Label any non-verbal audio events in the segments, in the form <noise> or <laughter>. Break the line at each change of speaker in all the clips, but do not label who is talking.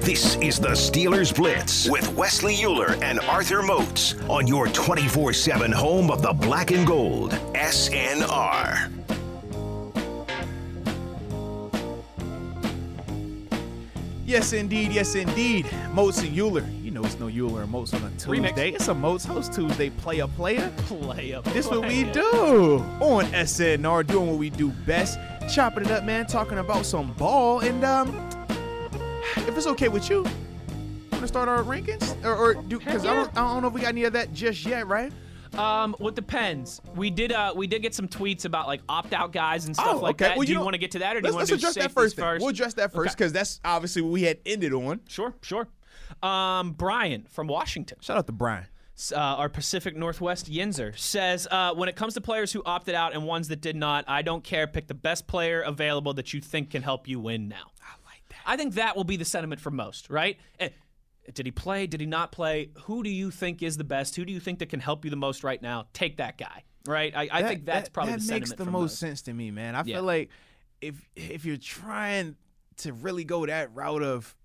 This is the Steelers Blitz with Wesley Euler and Arthur Moats on your 24 7 home of the black and gold, SNR.
Yes, indeed. Yes, indeed. Moats and Euler. You know it's no Euler and Moats on a Tuesday.
Remix.
It's a Moats Host Tuesday. Play a player.
play up.
This what we do on SNR, doing what we do best, chopping it up, man, talking about some ball. And um, if it's okay with you, want to start our rankings, or, or do because I, don't, I don't know if we got any of that just yet, right?
Um, well, it depends. We did uh, we did get some tweets about like opt out guys
Oh,
and stuff like that. do you
know-
want to get to that, or do
let's,
you want
let's
to
address that first?
first?
thing. We'll address that first because that's obviously what we had ended on.
Sure, sure. Um, Brian from Washington,
Shout out to Brian.
uh, our Pacific Northwest Yinzer says, uh, when it comes to players who opted out and ones that did not, I don't care. Pick the best player available that you think can help you win now. I like that. I think that will be the sentiment for most, right? Eh, Did he play? Did he not play? Who do you think is the best? Who do you think that can help you the most right now? Take that guy, right? I, I think that's probably
that
the
makes
sentiment
the
from
most
most.
sense to me, man. I
Yeah.
feel like if if you're trying to really go that route of,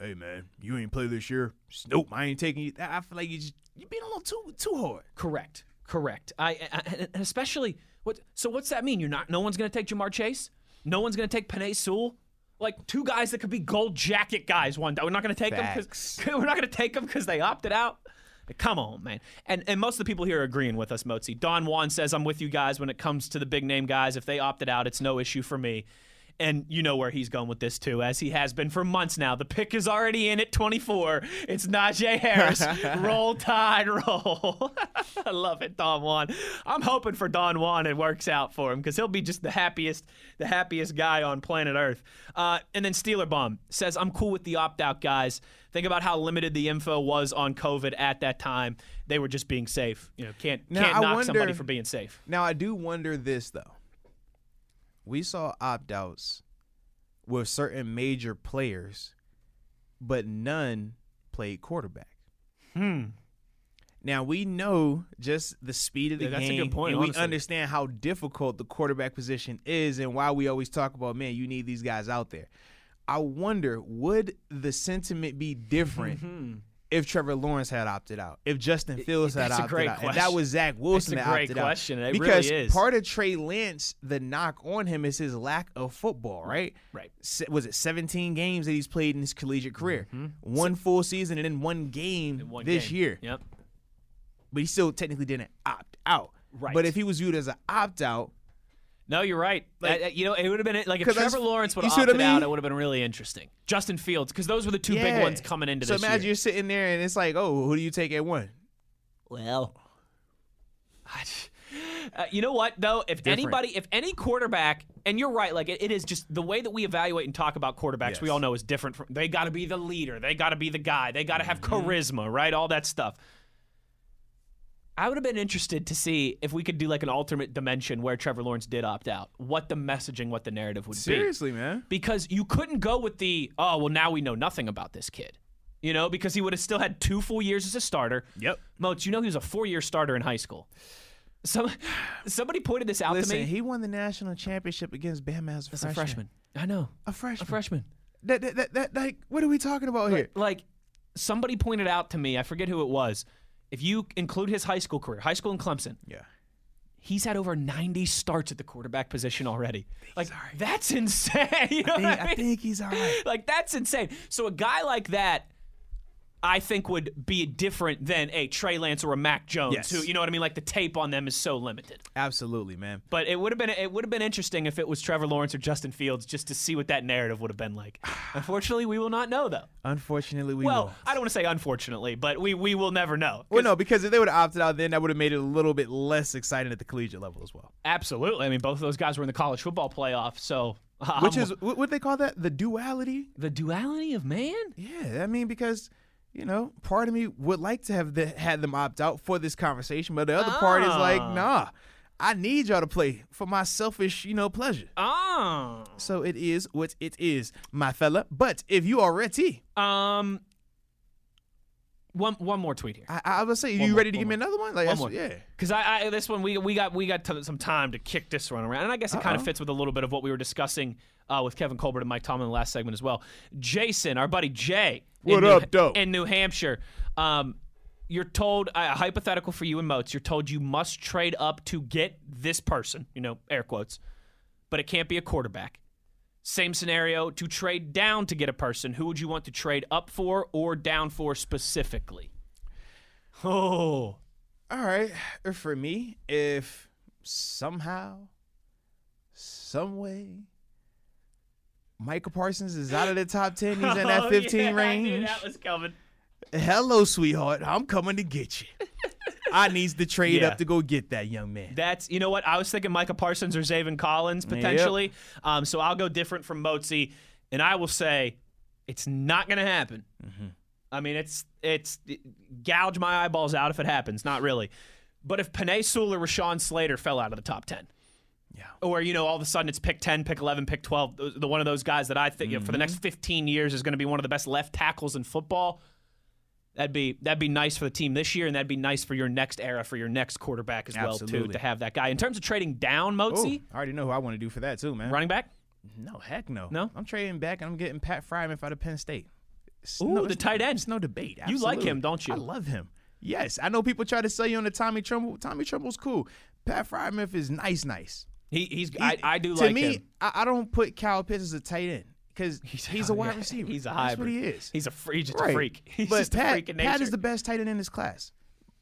hey man, you ain't play this year, nope, I ain't taking you. I feel like you just you being a little too too hard.
Correct. Correct. I, I and especially what. So what's that mean? You're not. No one's going to take Jamar Chase. No one's going to take Panay Sewell. Like two guys that could be gold jacket guys one day. We're not going to take
Facts.
them because <laughs> we're not going to take them because they opted out. Come on, man. And and most of the people here are agreeing with us, Mozi. Don Juan says I'm with you guys when it comes to the big name guys. If they opted out, it's no issue for me. And you know where he's going with this too, as he has been for months now. The pick is already in at 24. It's Najee Harris. roll tide, roll. <laughs> I love it, Don Juan. I'm hoping for Don Juan it works out for him because he'll be just the happiest, the happiest guy on planet Earth. Uh, and then Steeler Bomb says, "I'm cool with the opt-out guys. Think about how limited the info was on COVID at that time. They were just being safe. You know, can't
Now,
can't
I
knock somebody
wonder-
for being safe.
Now I do wonder this though. We saw opt outs with certain major players, but none played quarterback. Hmm. Now we know just the speed of the
Yeah, that's a
game,
good point,
and
honestly.
we understand how difficult the quarterback position is, and why we always talk about, man, you need these guys out there. I wonder, would the sentiment be
<laughs>
different if Trevor Lawrence had opted out, if Justin Fields had
Hmm. that's a
opted
great
out, and that
question.
was Zach Wilson
That's a
that
great
opted
question.
out?
It really
because
is.
part of Trey Lance, the knock on him is his lack of football, right?
Right.
Se- was it 17 games that he's played in his collegiate career? One full season and then one game
Mm-hmm. One
this
game.
year.
Yep.
But he still technically didn't opt out.
Right.
But if he was viewed as an opt out,
No, you're right.
Like-
Uh, uh, you know, it would have been like if
'Cause that's-
Trevor Lawrence would
you
have
see what
opted
I mean?
out, it would have been really interesting. Justin Fields, because those were the two big ones coming into
so
this
imagine
year.
you're sitting there and it's like, oh, who do you take at one?
Well, uh, you know what though? If
Different.
anybody, if any quarterback, and you're right, like it, it is just the way that we evaluate and talk about quarterbacks. We
Yes.
all know is different. From they got to be the leader, they got to be the guy, they got to have
Mm-hmm.
charisma, right? All that stuff. I would have been interested to see if we could do like an alternate dimension where Trevor Lawrence did opt out. What the messaging, what the narrative would be
Seriously, man.
because you couldn't go with the oh well now we know nothing about this kid you know because he would have still had two full years as a starter
Yep.
moats you know he was a four-year starter in high school so somebody pointed this out to
Listen,
me
he won the national championship against Bama as a
as
freshman.
a freshman i know
A freshman.
a freshman
That, that, that, that, like, what are we talking about here?
like somebody pointed out to me i forget who it was if you include his high school career high school in clemson
Yeah.
he's had over 90 starts at the quarterback position already like that's insane <laughs> you know what I
I
mean?
think he's all right.
<laughs> like that's insane. So a guy like that, I think would be different than a Trey Lance or a Mac Jones,
Yes.
who you know what I mean. Like the tape on them is so limited.
Absolutely, man.
But it would have been it would have been interesting if it was Trevor Lawrence or Justin Fields, just to see what that narrative would have been like. <sighs> Unfortunately, we will not know though.
Unfortunately, we
Well,
won't.
I don't want to say unfortunately, but we we will never know.
Well, no, because if they would have opted out, then that would have made it a little bit less exciting at the collegiate level as well.
Absolutely. I mean, both of those guys were in the college football playoff, so um,
Which is what would they call that? The duality?
the duality of man.
Yeah, I mean because you know part of me would like to have the, had them opt out for this conversation, but the other part is like,
Ah.
nah, I need y'all to play for my selfish, you know, pleasure.
Oh.
So it is what it is, my fella. But if you are ready,
Um. One one more tweet here.
I, I would say,
One
you
more,
ready to
one
give me another one? Like,
One
that's-
more.
yeah.
Because I, I this one we we got we got t- some time to kick this one around, and I guess it kind of fits with a little bit of what we were discussing uh, with Kevin Colbert and Mike Tomlin in the last segment as well. Jason, our buddy Jay,
What
in New,
up, dope?
in New Hampshire. Um, you're told a hypothetical for you and Moats. You're told you must trade up to get this person. You know, air quotes, but it can't be a quarterback. Same scenario to trade down to get a person. Who would you want to trade up for or down for specifically? Oh,
All right. For me, if somehow, some way, Michael Parsons is out of the top 10, he's
<laughs>
in
Oh,
that 15 range.
that was coming.
Hello, sweetheart. I'm coming to get you. I needs to trade
Yeah.
up to go get that young man.
That's you know what I was thinking. Micah Parsons or Zaven Collins potentially. Um, so I'll go different from Motzi, and I will say it's not going to happen.
Mm-hmm.
I mean, it's it's gouge my eyeballs out if it happens. Not really, but if Panay Sewell or Rashawn Slater fell out of the top ten,
Yeah.
or you know all of a sudden it's pick ten, pick eleven, pick twelve, the- the one of those guys that I think you know, for
Mm-hmm.
the next fifteen years is going to be one of the best left tackles in football. That'd be that'd be nice for the team this year, and that'd be nice for your next era for your next quarterback as well too
Absolutely.
to have that guy. In terms of trading down,
Oh,
Motzi,
I already know who I want to do for that too, man.
running back.
No, heck no.
No?
I'm trading back and I'm getting Pat Fryman out of Penn State. It's
Ooh, the
it's-
tight end.
It's no debate.
You like
absolutely.
him, don't you?
I love him. Yes. I know people try to sell you on the Tommy Trumbull. Tommy Trumble's cool. Pat Fryman is nice, nice.
He, he's I,
He-
I do
to
like
me,
him.
I, I don't put Kyle Pitts as a tight end
<laughs>
because he's, a wide
Oh, Yeah,
receiver.
He's a
That's
hybrid.
what he is.
He's a freak. He's just a
Right.
freak. <laughs> He's
but
just
Pat,
a freak in nature.
Pat is the best tight end in his class.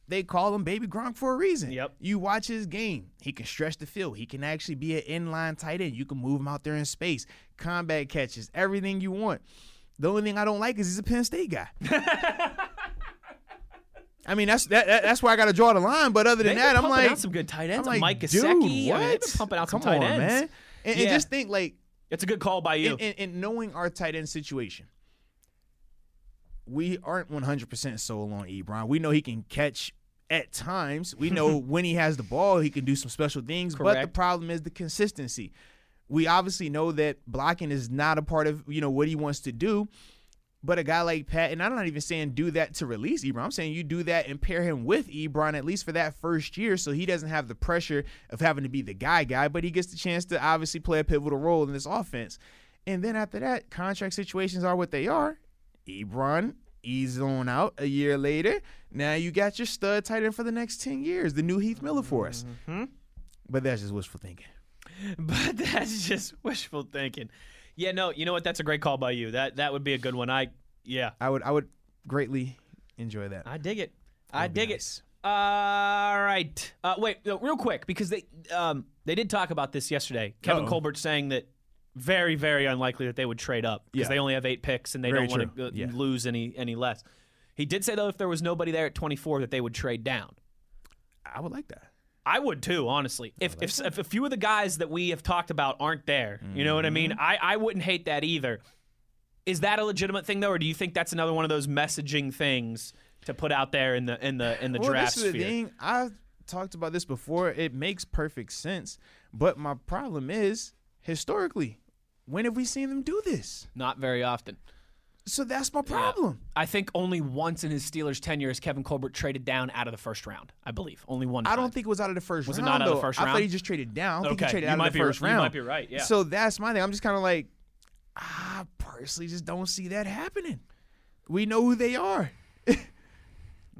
They call him Baby Gronk for a reason.
Yep.
You watch his game. He can stretch the field. He can actually be an inline tight end. You can move him out there in space, combat catches, everything you want. The only thing I don't like is he's a Penn State
<laughs>
guy. I mean, that's that, that- that's where I got to draw the line. But other than
They've been
that, I'm
pumping
like,
out some good tight ends.
I'm like,
Mike
dude,
Gesicki. I mean,
what?
they've been pumping out some
Come
tight
on,
ends.
man. And, and
Yeah.
just think, like,
It's a good call by you.
<laughs> and, and, and knowing our tight end situation, we aren't 100% sold on Ebron. We know he can catch at times. We know when he has the ball, he can do some special things. But the
Correct.
problem is the consistency. We obviously know that blocking is not a part of you know what he wants to do. But a guy like Pat, and I'm not even saying do that to release Ebron. I'm saying you do that and pair him with Ebron at least for that first year, so he doesn't have the pressure of having to be the guy guy, but he gets the chance to obviously play a pivotal role in this offense. And then after that, contract situations are what they are. Ebron ease on out a year later. Now you got your stud tight end for the next ten years, the new Heath Miller for us. But that's just wishful thinking. <laughs>
but that's just wishful thinking. Yeah, no, you know what? That's a great call by you. That that would be a good one. I yeah,
I would I would greatly enjoy that.
I dig it. I
be
dig
nice.
it. All right. Uh, wait, no, real quick because they um they did talk about this yesterday. Kevin
Uh-oh.
Colbert saying that very very unlikely that they would trade up because
Yeah.
they only have eight picks and they
Very
don't want
true.
to
Yeah.
lose any any less. He did say though if there was nobody there at 24 that they would trade down.
I would like that.
I would too, honestly.
Oh,
If, if, if a few of the guys that we have talked about aren't there, you know what I mean?
Mm-hmm.
I, I wouldn't hate that either. Is that a legitimate thing though, or do you think that's another one of those messaging things to put out there in the in the in the
well,
draft
this is the
sphere?
thing. I've talked about this before. It makes perfect sense. But my problem is historically, when have we seen them do this?
Not very often.
So that's my problem.
I think only once in his Steelers tenure has Kevin Colbert traded down out of the first round. I believe only one.
I
time.
don't think it was out of the first
Was it
round.
not out of the
though.
first
I thought
round?
he just traded down. I don't think
Okay,
he traded
you
out
might
of the
be r-
first
you might
round.
be right, yeah.
So that's my thing. I'm just kind of like, I personally just don't see that happening. We know who they are.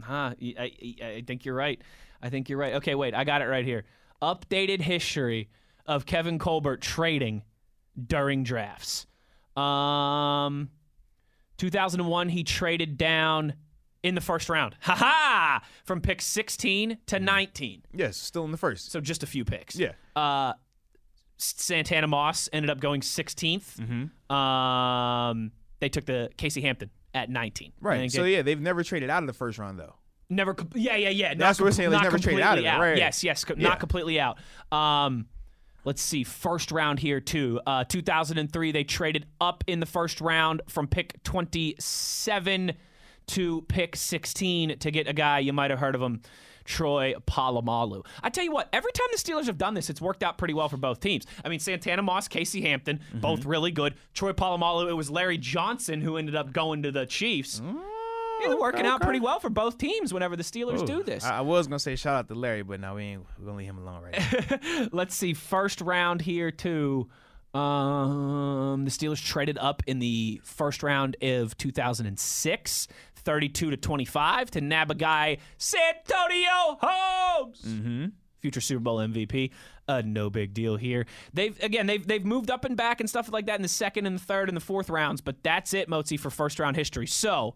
Huh. y- I, I- I think you're right. I think you're right. Okay, wait. I got it right here. Updated history of Kevin Colbert trading during drafts. Um, 2001, he traded down in the first round. Ha ha! From pick 16 to 19.
Yes, still in the first.
So just a few picks.
Mm-hmm. Yeah.
Uh, S- Santana Moss ended up going 16th.
Mm-hmm.
Um, they took the Casey Hampton at 19. I
right.
think
So
they-
yeah, they've never traded out of the first round though.
Never. Com- yeah, yeah, yeah.
That's
not
what we're saying, like,
not
never trade out of
completely
it, right.
Yes, yes. co-
Yeah.
Not completely out. Um, let's see. First round here too. Uh, 2003, they traded up in the first round from pick 27 to pick 16 to get a guy you might have heard of him. Troy Polamalu. I tell you what, every time the Steelers have done this, it's worked out pretty well for both teams. I mean, Santana Moss, Casey Hampton, both really good. Troy Polamalu, it was Larry Johnson who ended up going to the Chiefs. It's working out pretty well for both teams whenever the Steelers do this.
I, I was gonna say shout out <laughs> to Larry, but now we ain't. We're gonna leave him alone right now.
Let's see, first round here too. Um, the Steelers traded up in the first round of 2006, 32 to 25, to nab a guy, Santonio Holmes, future Super Bowl MVP. Uh, no big deal here. They've again, they've they've moved up and back and stuff like that in the second and the third and the fourth rounds, but that's it, Mozi, for first round history. So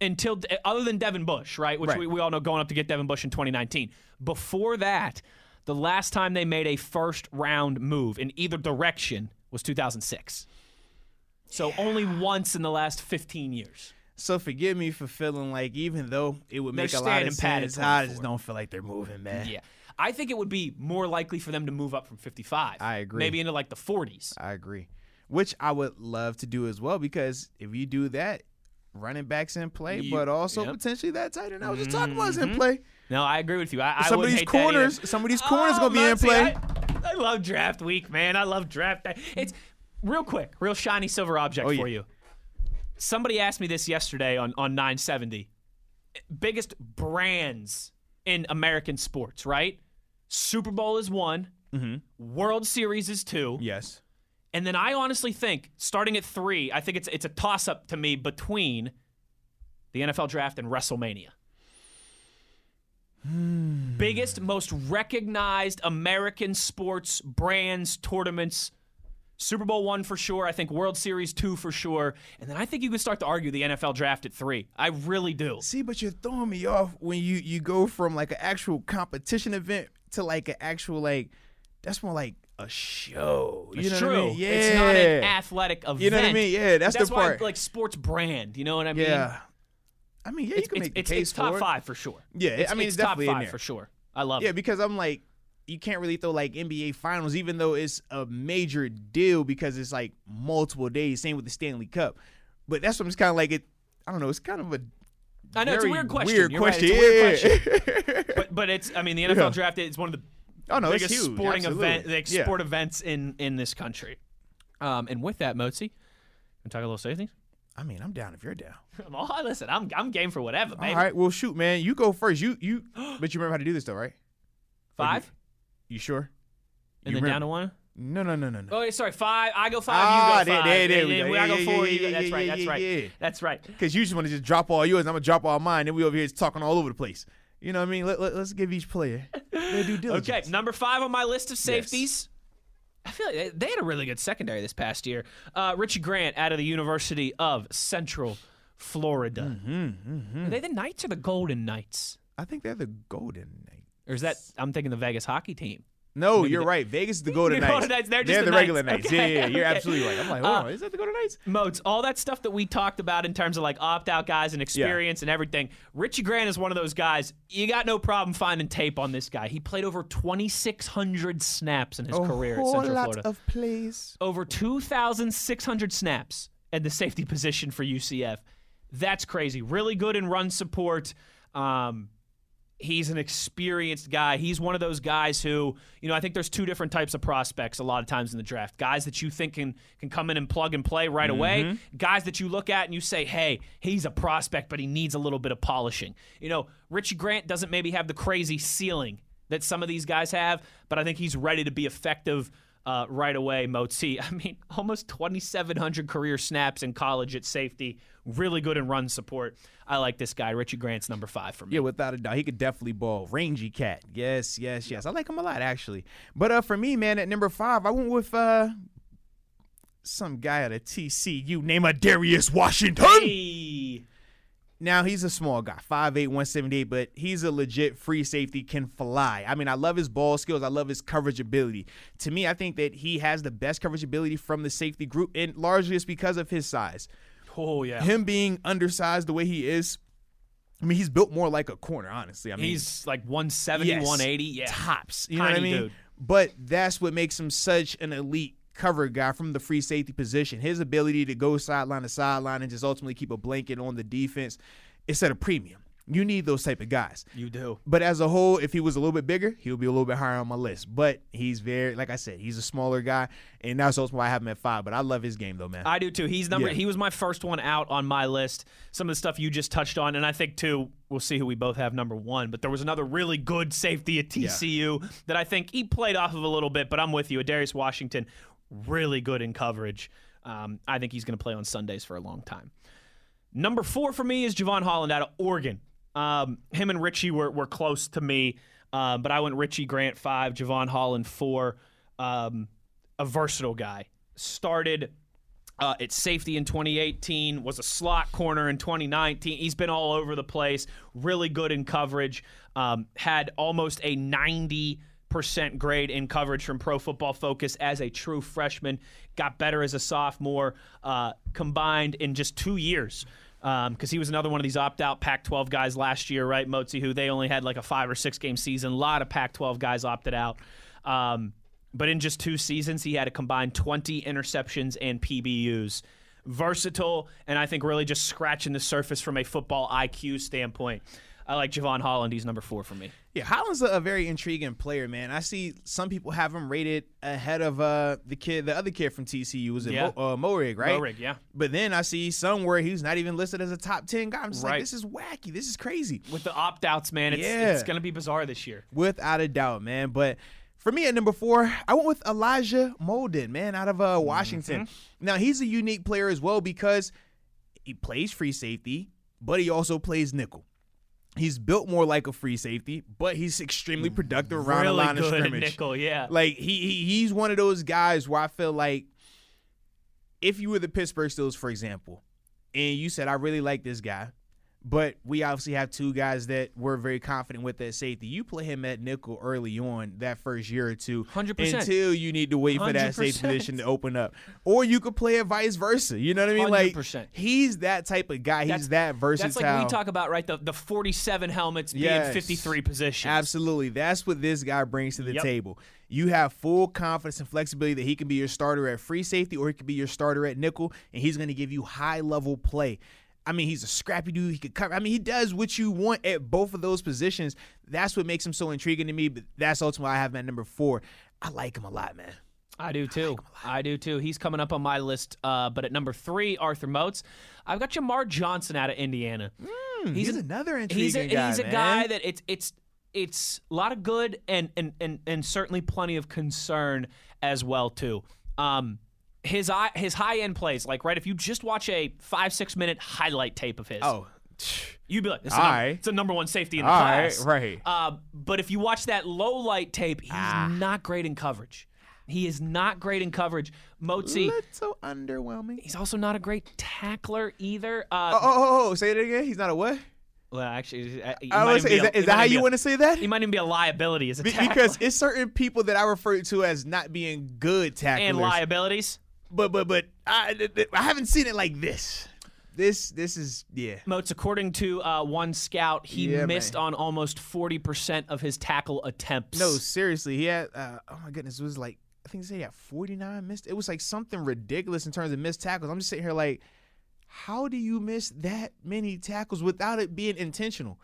until other than Devin Bush, right? Which
Right.
We, we all know going up to get Devin Bush in 2019. Before that, the last time they made a first round move in either direction was 2006. So only once in the last 15 years.
So forgive me for feeling like even though it would make
They're
a lot
standing
of
pat at
sense, I just
24.
don't feel like they're moving, man.
Yeah. I think it would be more likely for them to move up from 55.
I agree.
Maybe into like the 40s.
I agree. Which I would love to do as well because if you do that, running backs in play,
You-
but also
yep.
potentially that tight end I was just talking about is in play.
No, I agree with you. I, I
Some of
wouldn't
these
hate that either.
corners- some of these corners gonna be in
Muncy,
play.
Uh, I, I love draft week, man. I love draft. Day. It's real quick, real shiny silver object
Oh, yeah.
for you. Somebody asked me this yesterday on on 970. Biggest brands in American sports, right? Super Bowl is one.
Mm-hmm.
World Series is two.
Yes.
And then I honestly think starting at three, I think it's it's a toss up to me between the NFL draft and WrestleMania.
Hmm.
Biggest, most recognized American sports brands, tournaments. Super Bowl one for sure. I think World Series two for sure. And then I think you could start to argue the NFL draft at three. I really do.
See, but you're throwing me off when you you go from like an actual competition event to like an actual like that's more like a show. You
it's
know
true.
what I mean? Yeah.
It's not an athletic event.
You know what I mean? Yeah, that's the
that's why I
part.
like sports brand. You know what I mean?
Yeah. I mean, yeah, you
It's,
can
it's,
make
it's,
the case
it's top
for it.
five for sure.
Yeah, I mean, it's,
top
definitely
five
in there.
for sure. I love
Yeah,
it.
because I'm like, you can't really throw like NBA Finals, even though it's a major deal because it's like multiple days. Same with the Stanley Cup, but that's what I'm just kind of like. It, I don't know. It's kind of a
I know it's a
very
weird question.
Weird
You're right,
question.
it's a weird
yeah.
But but it's I mean the NFL
Yeah.
draft is one of the
oh no,
biggest
it's huge.
sporting
Absolutely.
event like
yeah.
sport events in in this country. Um, and with that, Mozi, and talk a little safety.
<laughs> I mean, I'm down if you're down.
I'm all, listen, I'm I'm game for whatever, baby.
All right, well, shoot, man, you go first. You you,
<gasps>
but you remember how to do this though, right?
Five
You sure?
and
you
then
remember-
down to one.
No, no, no, no, no.
Oh, wait, sorry, five. I go five.
Ah,
you go
there-
five.
there- there
and
we
then
go.
when I
Yeah,
go
yeah,
four.
yeah,
you go,
yeah,
that's
yeah,
right.
yeah,
That's right.
yeah.
That's right.
Because you just want to just drop all yours, and I'm gonna drop all mine. Then we over here just talking all over the place. You know what I mean? Let, let, let's give each player their due diligence. <laughs>
<laughs> Okay, number five on my list of safeties. I feel like they- they had a really good secondary this past year. Uh, Richie Grant out of the University of Central Florida.
Mm,
Are they the Knights or the Golden Knights?
I think they're the Golden Knights.
Or is that I'm thinking the Vegas hockey team?
No, you're right. Vegas is the Golden
The
Knights.
Golden Knights, they're just the
the, regular
Knights.
Knights.
Okay,
Yeah, yeah, yeah. You're
okay.
absolutely right. I'm like, hold on, is that the Golden Knights?
Moats, all that stuff that we talked about in terms of like opt out guys and experience and everything. Richie Grant is one of those guys. You got no problem finding tape on this guy. He played over 2,600 snaps in his career at Central Florida.
of plays.
over 2,600 snaps at the safety position for UCF. That's crazy. Really good in run support. Um, he's an experienced guy. He's one of those guys who, you know, I think there's two different types of prospects a lot of times in the draft. Guys that you think can can come in and plug and play right away. Guys that you look at and you say, "Hey, he's a prospect, but he needs a little bit of polishing." You know, Richie Grant doesn't maybe have the crazy ceiling that some of these guys have, but I think he's ready to be effective. Uh, right away, Moti. <laughs> I mean, almost 2,700 career snaps in college at safety. Really good in run support. I like this guy. Richie Grant's number five for me.
Yeah, without a doubt, he could definitely ball. Rangy cat. Yes, yes, yes. I like him a lot actually. But uh, for me, man, at number five, I went with uh, some guy at a TCU named Darius Washington.
Hey.
Now he's a small guy, 5'8", 178, but he's a legit free safety, can fly. I mean, I love his ball skills. I love his coverage ability. To me, I think that he has the best coverage ability from the safety group, and largely it's because of his size.
Oh yeah.
Him being undersized the way he is, I mean, he's built more like a corner, honestly. I mean,
He's like 170,
Yes.
180. Yeah.
tops. You know what I
Tiny
mean?
dude.
But that's what makes him such an elite cover guy from the free safety position. His ability to go sideline to sideline and just ultimately keep a blanket on the defense is at a premium. You need those type of guys.
You do.
But as a whole, if he was a little bit bigger, he would be a little bit higher on my list. But he's very, like I said, he's a smaller guy, and that's also why I have him at five. But I love his game though, man.
I do too. He's number
Yeah.
he was my first one out on my list. Some of the stuff you just touched on and I think too we'll see who we both have number 1, but there was another really good safety at TCU that I think he played off of a little bit, but I'm with you. Darius Washington really good in coverage. Um, I think he's going to play on Sundays for a long time. Number four for me is Javon Holland out of Oregon. Um, him and Richie were, were close to me, uh, but I went Richie Grant five, Javon Holland four. Um, a versatile guy. Started uh, at safety in 2018, was a slot corner in 2019. He's been all over the place, really good in coverage, um, had almost a 90 percent grade in coverage from Pro Football Focus as a true freshman. Got better as a sophomore, uh, combined in just two years. Because he was another one of these opt-out Pac-12 guys last year, right, Motzi? Who they only had like a five or six game season. A lot of Pac-12 guys opted out. Um, but in just two seasons, he had a combined 20 interceptions and PBUs. Versatile, and I think really just scratching the surface from a football IQ standpoint. I like Javon Holland. He's number four for me.
Yeah, Holland's a, a very intriguing player, man. I see some people have him rated ahead of uh, the kid, the other kid from TCU was it
Yeah.
Mo, uh, Morig, right?
Morig, yeah.
But then I see somewhere he's not even listed as a top ten guy. I'm just
Right.
like, this is wacky. This is crazy.
With the opt-outs, man, it's,
Yeah.
it's going to be bizarre this year.
without a doubt, man. But for me at number four, I went with Elijah Molden, man, out of uh,
Mm-hmm.
Washington. Now he's a unique player as well because he plays free safety, but he also plays nickel. He's built more like a free safety, but he's extremely productive around the
Mm, really
line of
good at
scrimmage.
nickel, yeah.
Like he, he he's one of those guys where I feel like if you were the Pittsburgh Steelers, for example, and you said I really like this guy, but we obviously have two guys that we're very confident with at safety. You play him at nickel early on that first year or two,
100%.
until you need to wait for that safety
100%.
position to open up, or you could play it vice versa. You know what I mean? Like
100%.
he's that type of guy.
That's-
he's that versatile.
That's like we talk about, right? The, the 47 helmets being
Yes.
53 positions.
Absolutely. That's what this guy brings to the
Yep.
table. You have full confidence and flexibility that he can be your starter at free safety or he could be your starter at nickel, and he's going to give you high level play. I mean, he's a scrappy dude. He could cover. I mean, he does what you want at both of those positions. That's what makes him so intriguing to me. But that's ultimately why I have him at number four. I like him a lot, man.
I do too. I do too. He's coming up on my list, uh, but at number three, Arthur Motes. I've got Jamar Johnson out of Indiana.
He's,
a-
another intriguing
He's a,
guy.
he's a
man.
guy that it's it's it's a lot of good and and and, and certainly plenty of concern as well too. Um, his eye, his high end plays, like right, if you just watch a five six minute highlight tape of his, <sighs>
Oh,
you'd be like, it's a,
All
num-
right.
it's a number one safety in the
All right,
class,
right. Ah.
Uh, but if you watch that low light tape, he's not great in coverage. He is not great in coverage. Motzi,
little underwhelming.
he's also not a great tackler either.
Oh,
Uh,
oh, oh, say it again. He's not a what?
Well, actually, uh, he
I
might
was
even
say, is
be a-
that,
he
is
might
that how
even be
you
a-
want to say that?
He might even be a liability as a
Be-
tackler.
because it's certain people that I refer to as not being good tacklers.
<laughs> and liabilities.
But but but I, th- th- I haven't seen it like this. This this is yeah.
Moats, according to uh, one scout, he
Yeah,
missed
man.
on almost forty percent of his tackle attempts.
No, seriously, he had uh, oh my goodness, it was like I think he said he had 49 missed. It was like something ridiculous in terms of missed tackles. I'm just sitting here like how do you miss that many tackles without it being intentional?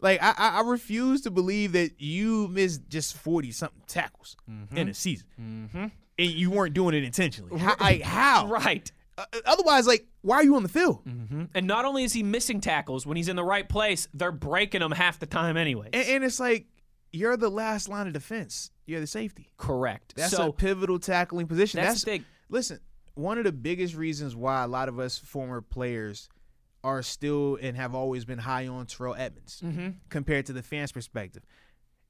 Like I, I, I refuse to believe that you missed just 40 something tackles in a season. Mm-hmm. And you weren't doing it intentionally. How, like how?
right.
Uh, otherwise, like, why are you on the field?
Mm-hmm. And not only is he missing tackles when he's in the right place, they're breaking him half the time anyway.
And, and it's like you're the last line of defense. You're the safety.
Correct.
That's
so
a pivotal tackling position.
that's the thing.
Listen, one of the biggest reasons why a lot of us former players are still and have always been high on Terrell Edmonds
Mm-hmm.
compared to the fans' perspective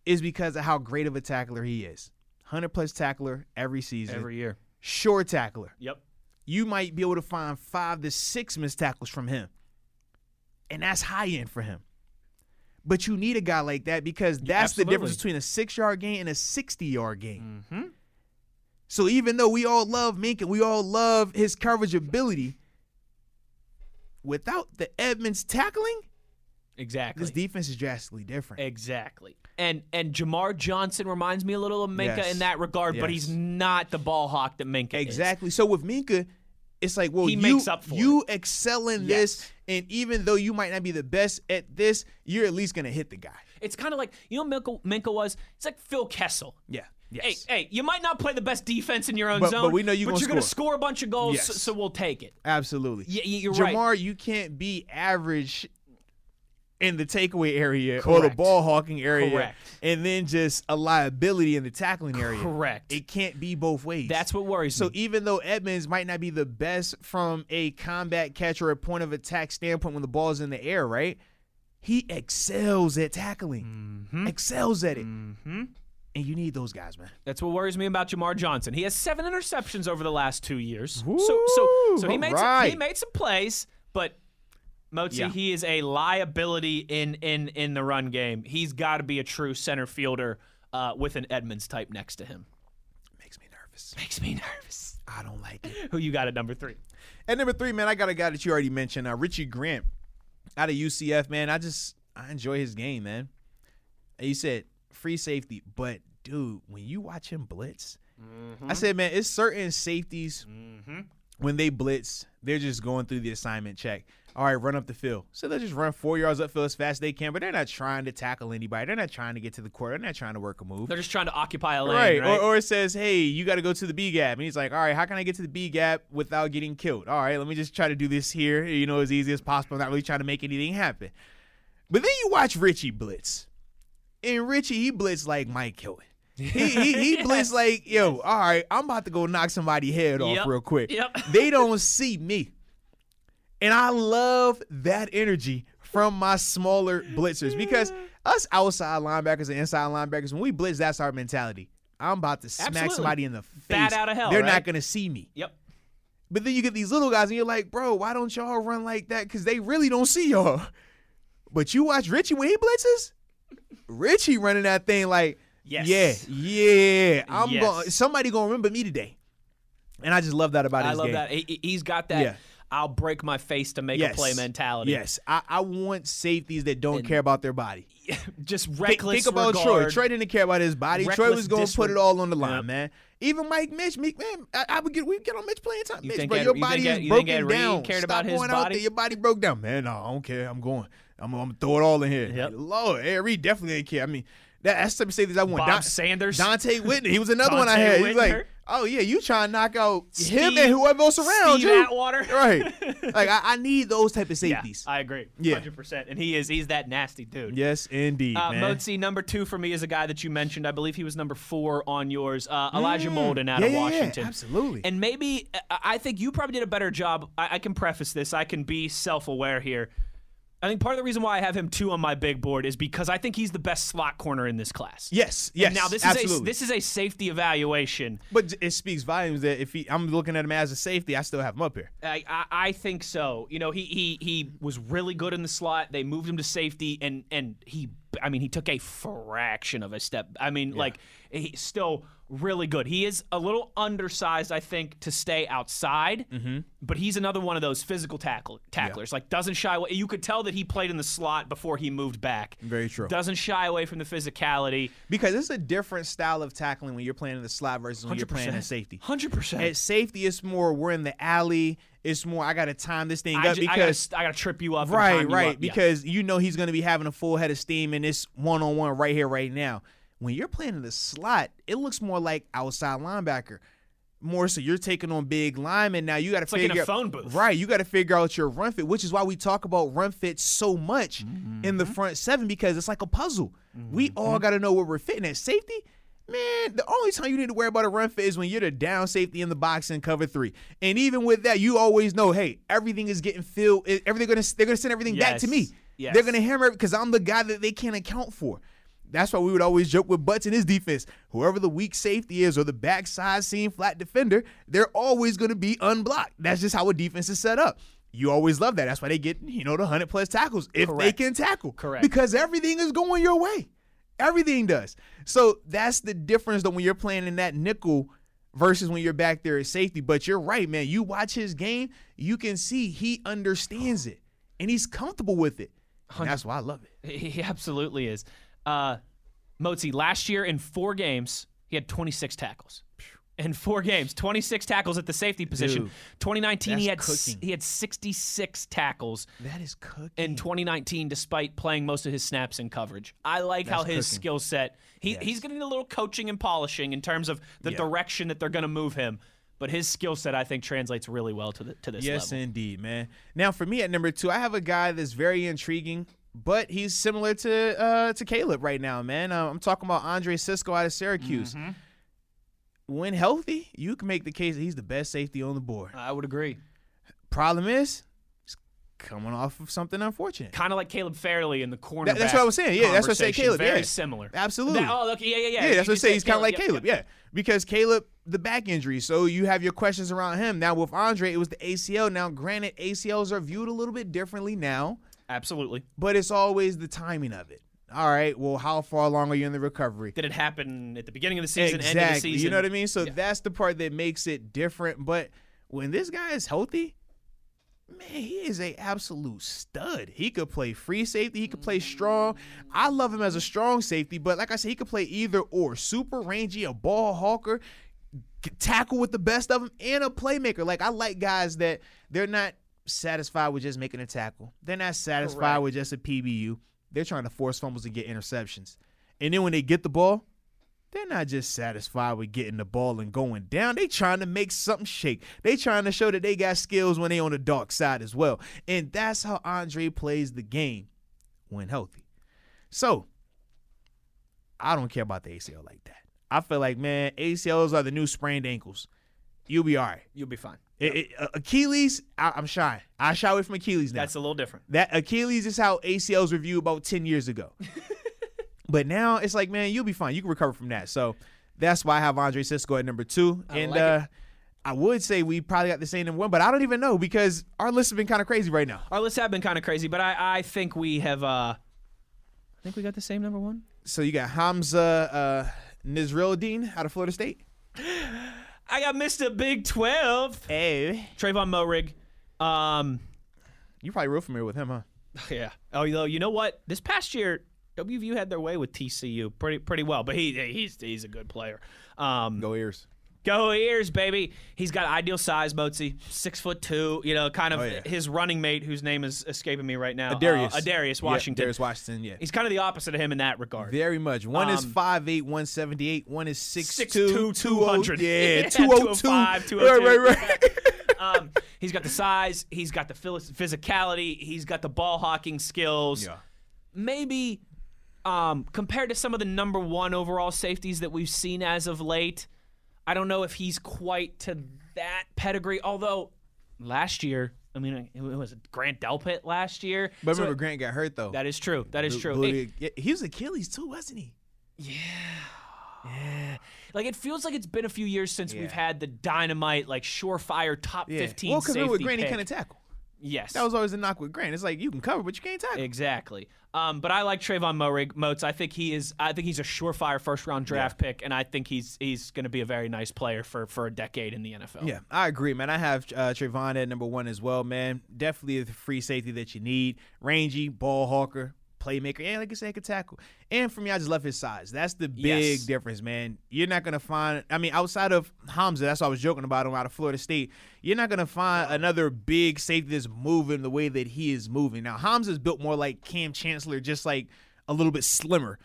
is because of how great of a tackler he is. 100 plus tackler every season.
every year.
sure tackler.
Yep.
you might be able to find five to six missed tackles from him. And that's high end for him. But you need a guy like that because that's the difference
absolutely.
between a six yard gain and a 60 yard gain. So even though we all love Mink and we all love his coverage ability, without the Edmonds tackling,
Exactly.
this defense is drastically different.
Exactly. And and Jamar Johnson reminds me a little of Minka
Yes.
in that regard, but
Yes.
he's not the ball hawk that Minka is.
Exactly. So with Minka, it's like, well,
He
you,
makes up for
you excel in this,
Yes.
and even though you might not be the best at this, you're at least gonna hit the guy.
It's kind of like you know Minka, Minka was. It's like Phil Kessel.
Yeah.
Hey, hey, you might not play the best defense in your own
But-
zone,
but we know you're
but
gonna
you're gonna
score.
score a bunch of goals,
Yes.
so, so we'll take it.
Absolutely.
Yeah, y- you're
Jamar,
right.
you can't be average in the takeaway area or the
Correct.
ball hawking area,
Correct.
and then just a liability in the tackling area.
Correct.
It can't be both ways.
That's what worries
so
me.
even though Edmonds might not be the best from a combat catch or a point of attack standpoint when the ball's in the air, right? He excels at tackling, excels at it, mm-hmm. and you need those guys, man.
That's what worries me about Jamar Johnson. He has seven interceptions over the last two years. so so so he
all
made some, he
right.
made some plays, but Motzi,
Yeah.
he is a liability in in in the run game. He's got to be a true center fielder uh, with an Edmonds type next to him.
Makes me nervous.
Makes me <laughs> nervous.
I don't like it.
Who you got at number three?
At number three, man, I got a guy that you already mentioned, uh, Richie Grant, out of UCF. Man, I just I enjoy his game, man. And you said free safety, but dude, when you watch him blitz, I said, man, it's certain safeties when they blitz, they're just going through the assignment check. All right, run up the field. So they'll just run four yards upfield as fast as they can, but they're not trying to tackle anybody. They're not trying to get to the court. They're not trying to work a move.
They're just trying to occupy a lane,
Right.
right?
Or, or it says, hey, you got to go to the B gap. And he's like, all right, how can I get to the B gap without getting killed? All right, let me just try to do this here, you know, as easy as possible. I'm not really trying to make anything happen. But then you watch Richie blitz. And Richie, he blitz like Mike Hilton. He, he,
<laughs>
he blitz like, yo, all right, I'm about to go knock somebody head off
Yep.
real quick.
Yep.
they don't see me. And I love that energy from my smaller blitzers because us outside linebackers and inside linebackers, when we blitz, that's our mentality. I'm about to smack
Absolutely.
somebody in the face.
Bat out of hell,
They're not
right?
going to see me.
yep.
But then you get these little guys and you're like, bro, why don't y'all run like that? Because they really don't see y'all. But you watch Richie when he blitzes, Richie running that thing like,
Yes.
yeah, yeah, I'm
Yes.
going. Somebody gonna remember me today, and I just love that about
I
his
love
game.
that. He, has got that.
Yeah.
I'll break my face to make a play mentality.
Yes, I, I want safeties that don't care about their body.
Just
Think,
reckless.
think about Troy.
regard.
Troy didn't care about his body. Troy
Reckless
was going to put
disre-
it all on the line,
Yep.
man. Even Mike Mitch, Meek, man, I, I would get we get on Mitch playing time.
You
Mitch,
think
bro,
Ed-
your
you
body
think Ed-
is
you think
broken
Ed Reed
down.
cared
Stop
about his
going out
body?
there. Your body broke down, man. No, I don't care. I'm going. I'm, I'm gonna throw it all in here.
Yep.
Lord, Ed Reed definitely didn't care. I mean, that, that's the safeties I want.
Bob
Don-
Sanders.
Dante Whitney. He was another one I
Dante
had. He was like,
Whitner.
oh yeah, you trying to knock out him
Steve-
and whoever else around
Steve
you.
Atwater.
<laughs>
<laughs>
right? Like I, I need those type of safeties.
Yeah, I agree.
Yeah.
100%. And he is he's that nasty dude.
Yes, indeed,
Uh,
man.
Motzi, number two for me is a guy that you mentioned. I believe he was number four on yours. Uh, Elijah Molden
Mm. Yeah,
out of
yeah, yeah,
Washington.
absolutely.
And maybe, I- I think you probably did a better job. I, I can preface this, I can be self aware here. I think part of the reason why I have him two on my big board is because I think he's the best slot corner in this class.
yes, yes.
now this
absolutely.
is a, this is a safety evaluation.
but j- it speaks volumes that if he, I'm looking at him as a safety, I still have him up here.
I, I, I think so. You know, he, he he was really good in the slot. They moved him to safety, and and he, I mean, he took a fraction of a step. I mean, like he's still really good. He is a little undersized, I think, to stay outside.
Mm-hmm.
But he's another one of those physical tackle tacklers. Like doesn't shy away. You could tell that he played in the slot before he moved back.
Very true.
Doesn't shy away from the physicality.
Because it's a different style of tackling when you're playing in the slot versus when you're playing in safety.
Hundred
At
percent.
safety, it's more we're in the alley. It's more I got to time this thing
I,
up
ju- I, gotta,
because
st- I gotta trip you up. and
right,
time you
right,
up. Yeah.
because you know he's going to be having a full head of steam in this one on one right here, right now. When you're playing in the slot, it looks more like outside linebacker. More so, you're taking on big linemen now. You got to
like
figure
in a phone booth.
right? You got to figure out your run fit, which is why we talk about run fit so much in
Mm-hmm.
the front seven because it's like a puzzle. We all got to know where we're fitting at safety. Man, the only time you need to worry about a run fit is when you're the down safety in the box in cover three. And even with that, you always know, hey, everything is getting filled. eh, Everything gonna they're gonna send everything back to me.
Yes. Yes.
They're gonna hammer it because I'm the guy that they can't account for. That's why we would always joke with Butts in his defense. Whoever the weak safety is or the backside seam flat defender, they're always going to be unblocked. That's just how a defense is set up. You always love that. That's why they get, you know, the 100 plus tackles if
Correct.
they can tackle.
Correct.
Because everything is going your way. Everything does. So that's the difference though when you're playing in that nickel versus when you're back there at safety. But you're right, man. You watch his game, you can see he understands it and he's comfortable with it. And that's why I love it.
<laughs> He absolutely is. Uh, Motzi, last year in four games, he had 26 tackles. In four games, 26 tackles at the safety position.
Dude,
2019, he
that's
had s-
cooking.
he had 66 tackles
That is cooking.
in 2019, despite playing most of his snaps in coverage. I like how his
cooking.
skill set. He, He's going to need a little coaching and polishing in terms of the direction that they're going to move him. But his skill set, I think, translates really well to the, to this
Yes,
level.
indeed, man. Now, for me at number two, I have a guy that's very intriguing But he's similar to uh, to Caleb right now, man. Uh, I'm talking about Andre Sisco out of Syracuse. When healthy, you can make the case that he's the best safety on the board.
I would agree.
Problem is, he's coming off of something unfortunate.
Kind of like Caleb Fairley in the corner.
that's what I was saying. Yeah, that's what I said, Caleb,
Very
yeah.
similar.
Absolutely.
That- oh, look, yeah, yeah, yeah.
Yeah, that's
You
what I
just
say.
said
He's kind of like
yep, yep.
Caleb, yeah, because Caleb the back injury. So you have your questions around him. Now with Andre, it was the ACL. Now, granted, ACLs are viewed a little bit differently now,
Absolutely.
but it's always the timing of it. All right, well, how far along are you in the recovery?
Did it happen at the beginning of the season?
exactly.
End of the season?
You know what I mean? So that's the part that makes it different. But when this guy is healthy, man, he is a absolute stud. He could play free safety. He could play strong. I love him as a strong safety, but like I said, he could play either or. Super rangy, a ball hawker, could tackle with the best of them, and a playmaker. Like I like guys that they're not satisfied with just making a tackle. They're not satisfied
Correct.
with just a PBU. They're trying to force fumbles to get interceptions. And then when they get the ball, they're not just satisfied with getting the ball and going down. They trying to make something shake. They trying to show that they got skills when they on the dark side as well. And that's how Andre plays the game when healthy. So I don't care about the ACL like that. I feel like man, ACLs are the new sprained ankles. You'll be all right.
You'll be fine.
It- it- uh, Achilles, I, I'm shy. I shy away from Achilles now.
That's a little different.
That Achilles is how ACLs review about 10 years
<laughs>
ago. but now it's like, man, you'll be fine. You can recover from that. So that's why I have Andre Sisco at number two. and
like it.
uh, I would say we probably got the same number one, but I don't even know because our list has been kind of crazy right now.
Our lists have been kind of crazy, but I, I think we have. uh I think we got the same number one.
So you got Hamza uh, Nizruddin out of Florida State.
I got Mr. Big Twelve,
Hey.
Trayvon Morig. Um, <laughs>
You're probably real familiar with him, huh?
yeah. Oh, though you know what? This past year, WVU had their way with TCU pretty pretty well, but he he's he's a good player. Um,
Go ears.
Go ears, baby. He's got ideal size, Mozi, six foot two. You know, kind of
Oh, yeah.
his running mate, whose name is escaping me right now.
Adarius.
uh, Adarius Washington.
Yeah, Darius Washington, yeah.
He's kind of the opposite of him in that regard.
Very much. One is
Um,
5'8", 178. One is 6'2",
6'2", 200.
oh, Yeah,
<laughs> Yeah,
202.
205,
Right,
202.
right, right.
um, he's got the size. He's got the phys- physicality. He's got the ball hawking skills. Maybe um, compared to some of the number one overall safeties that we've seen as of late, I don't know if he's quite to that pedigree. Although last year, I mean, it was Grant Delpit last year.
But
So-
remember, Grant got hurt though.
that is true. That is true.
Blew
It-
the- yeah, he was Achilles too, wasn't he?
Like it feels like it's been a few years since we've had the dynamite, like surefire top fifteen
Well,
safety
remember with Grant,
pick.
he couldn't tackle.
yes,
That was always the knock with Grant. It's like you can cover, but you can't tackle.
exactly. Um, but I like Trayvon Morig, Moats. I think he is. I think he's a surefire first round draft pick, and I think he's he's going to be a very nice player for for a decade in the NFL.
Yeah, I agree, man. I have uh, Trayvon at number one as well, man. Definitely the free safety that you need. Rangy, ball hawker, playmaker, and like I said, he could tackle. And for me, I just love his size. That's the big
Yes.
difference, man. You're not gonna find. I mean, outside of Hamza, that's what I was joking about him out of Florida State. You're not gonna find another big safety that's moving the way that he is moving. Now, Hamza's built more like Cam Chancellor, just like a little bit slimmer.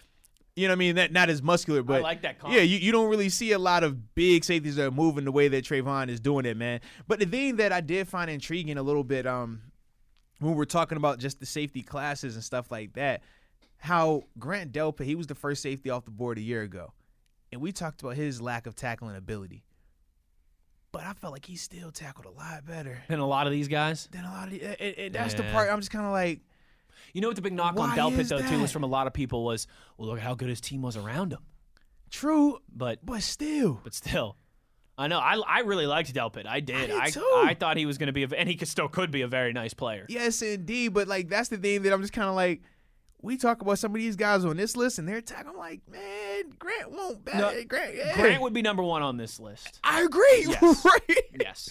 You know what I mean? That not as muscular, but
like that comp.
Yeah, you, you don't really see a lot of big safeties that are moving the way that Trayvon is doing it, man. But the thing that I did find intriguing a little bit, um, when we're talking about just the safety classes and stuff like that, how Grant Delpa, he was the first safety off the board a year ago. And we talked about his lack of tackling ability. But I felt like he still tackled a lot better
And a lot of these guys.
than a lot of the, and, and that's the
Yeah.
part I'm just kind of like,
You know what the big knock
Why
on Delpit
is
though too was
that?
from a lot of people was, well, look how good his team was around him.
true,
But
but still.
but still. I know. I, I really liked Delpit. I did.
did
I,
too.
I thought he was going to be, a, and he could, still could be a very nice player.
Yes, indeed. But like that's the thing that I'm just kind of like, we talk about some of these guys on this list and their tag. I'm like, man, Grant won't bat.
No,
Grant, yeah.
Grant would be number one on this list.
I agree. <laughs>
Yes.
right? <laughs>
Yes.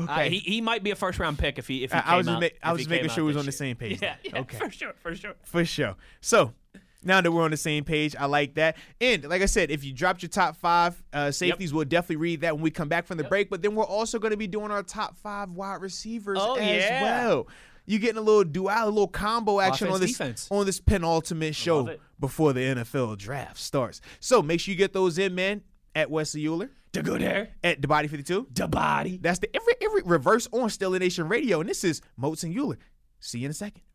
Okay.
Uh, he, he might be a first round pick if he if he
I, I was
came
just,
out-
ma-
if
I was
he
just
came
making
out
sure we was
this
on the
year.
same page.
<laughs> Yeah,
then.
yeah,
okay.
for sure, for sure.
for sure. So now that we're on the same page, I like that. And like I said, if you dropped your top five uh, safeties, we'll definitely read that when we come back from the break. But then we're also going to be doing our top five wide receivers
Oh,
as
yeah.
well. You're getting a little dual, a little combo action on
Offense,
this
defense.
on this penultimate show
it.
before the NFL draft starts. So make sure you get those in, man. At Wesley Euler,
The good hair,
at the Body 52.
the body.
That's the every every reverse on Stellar Nation Radio, and this is Moats and Euler. See you in a second.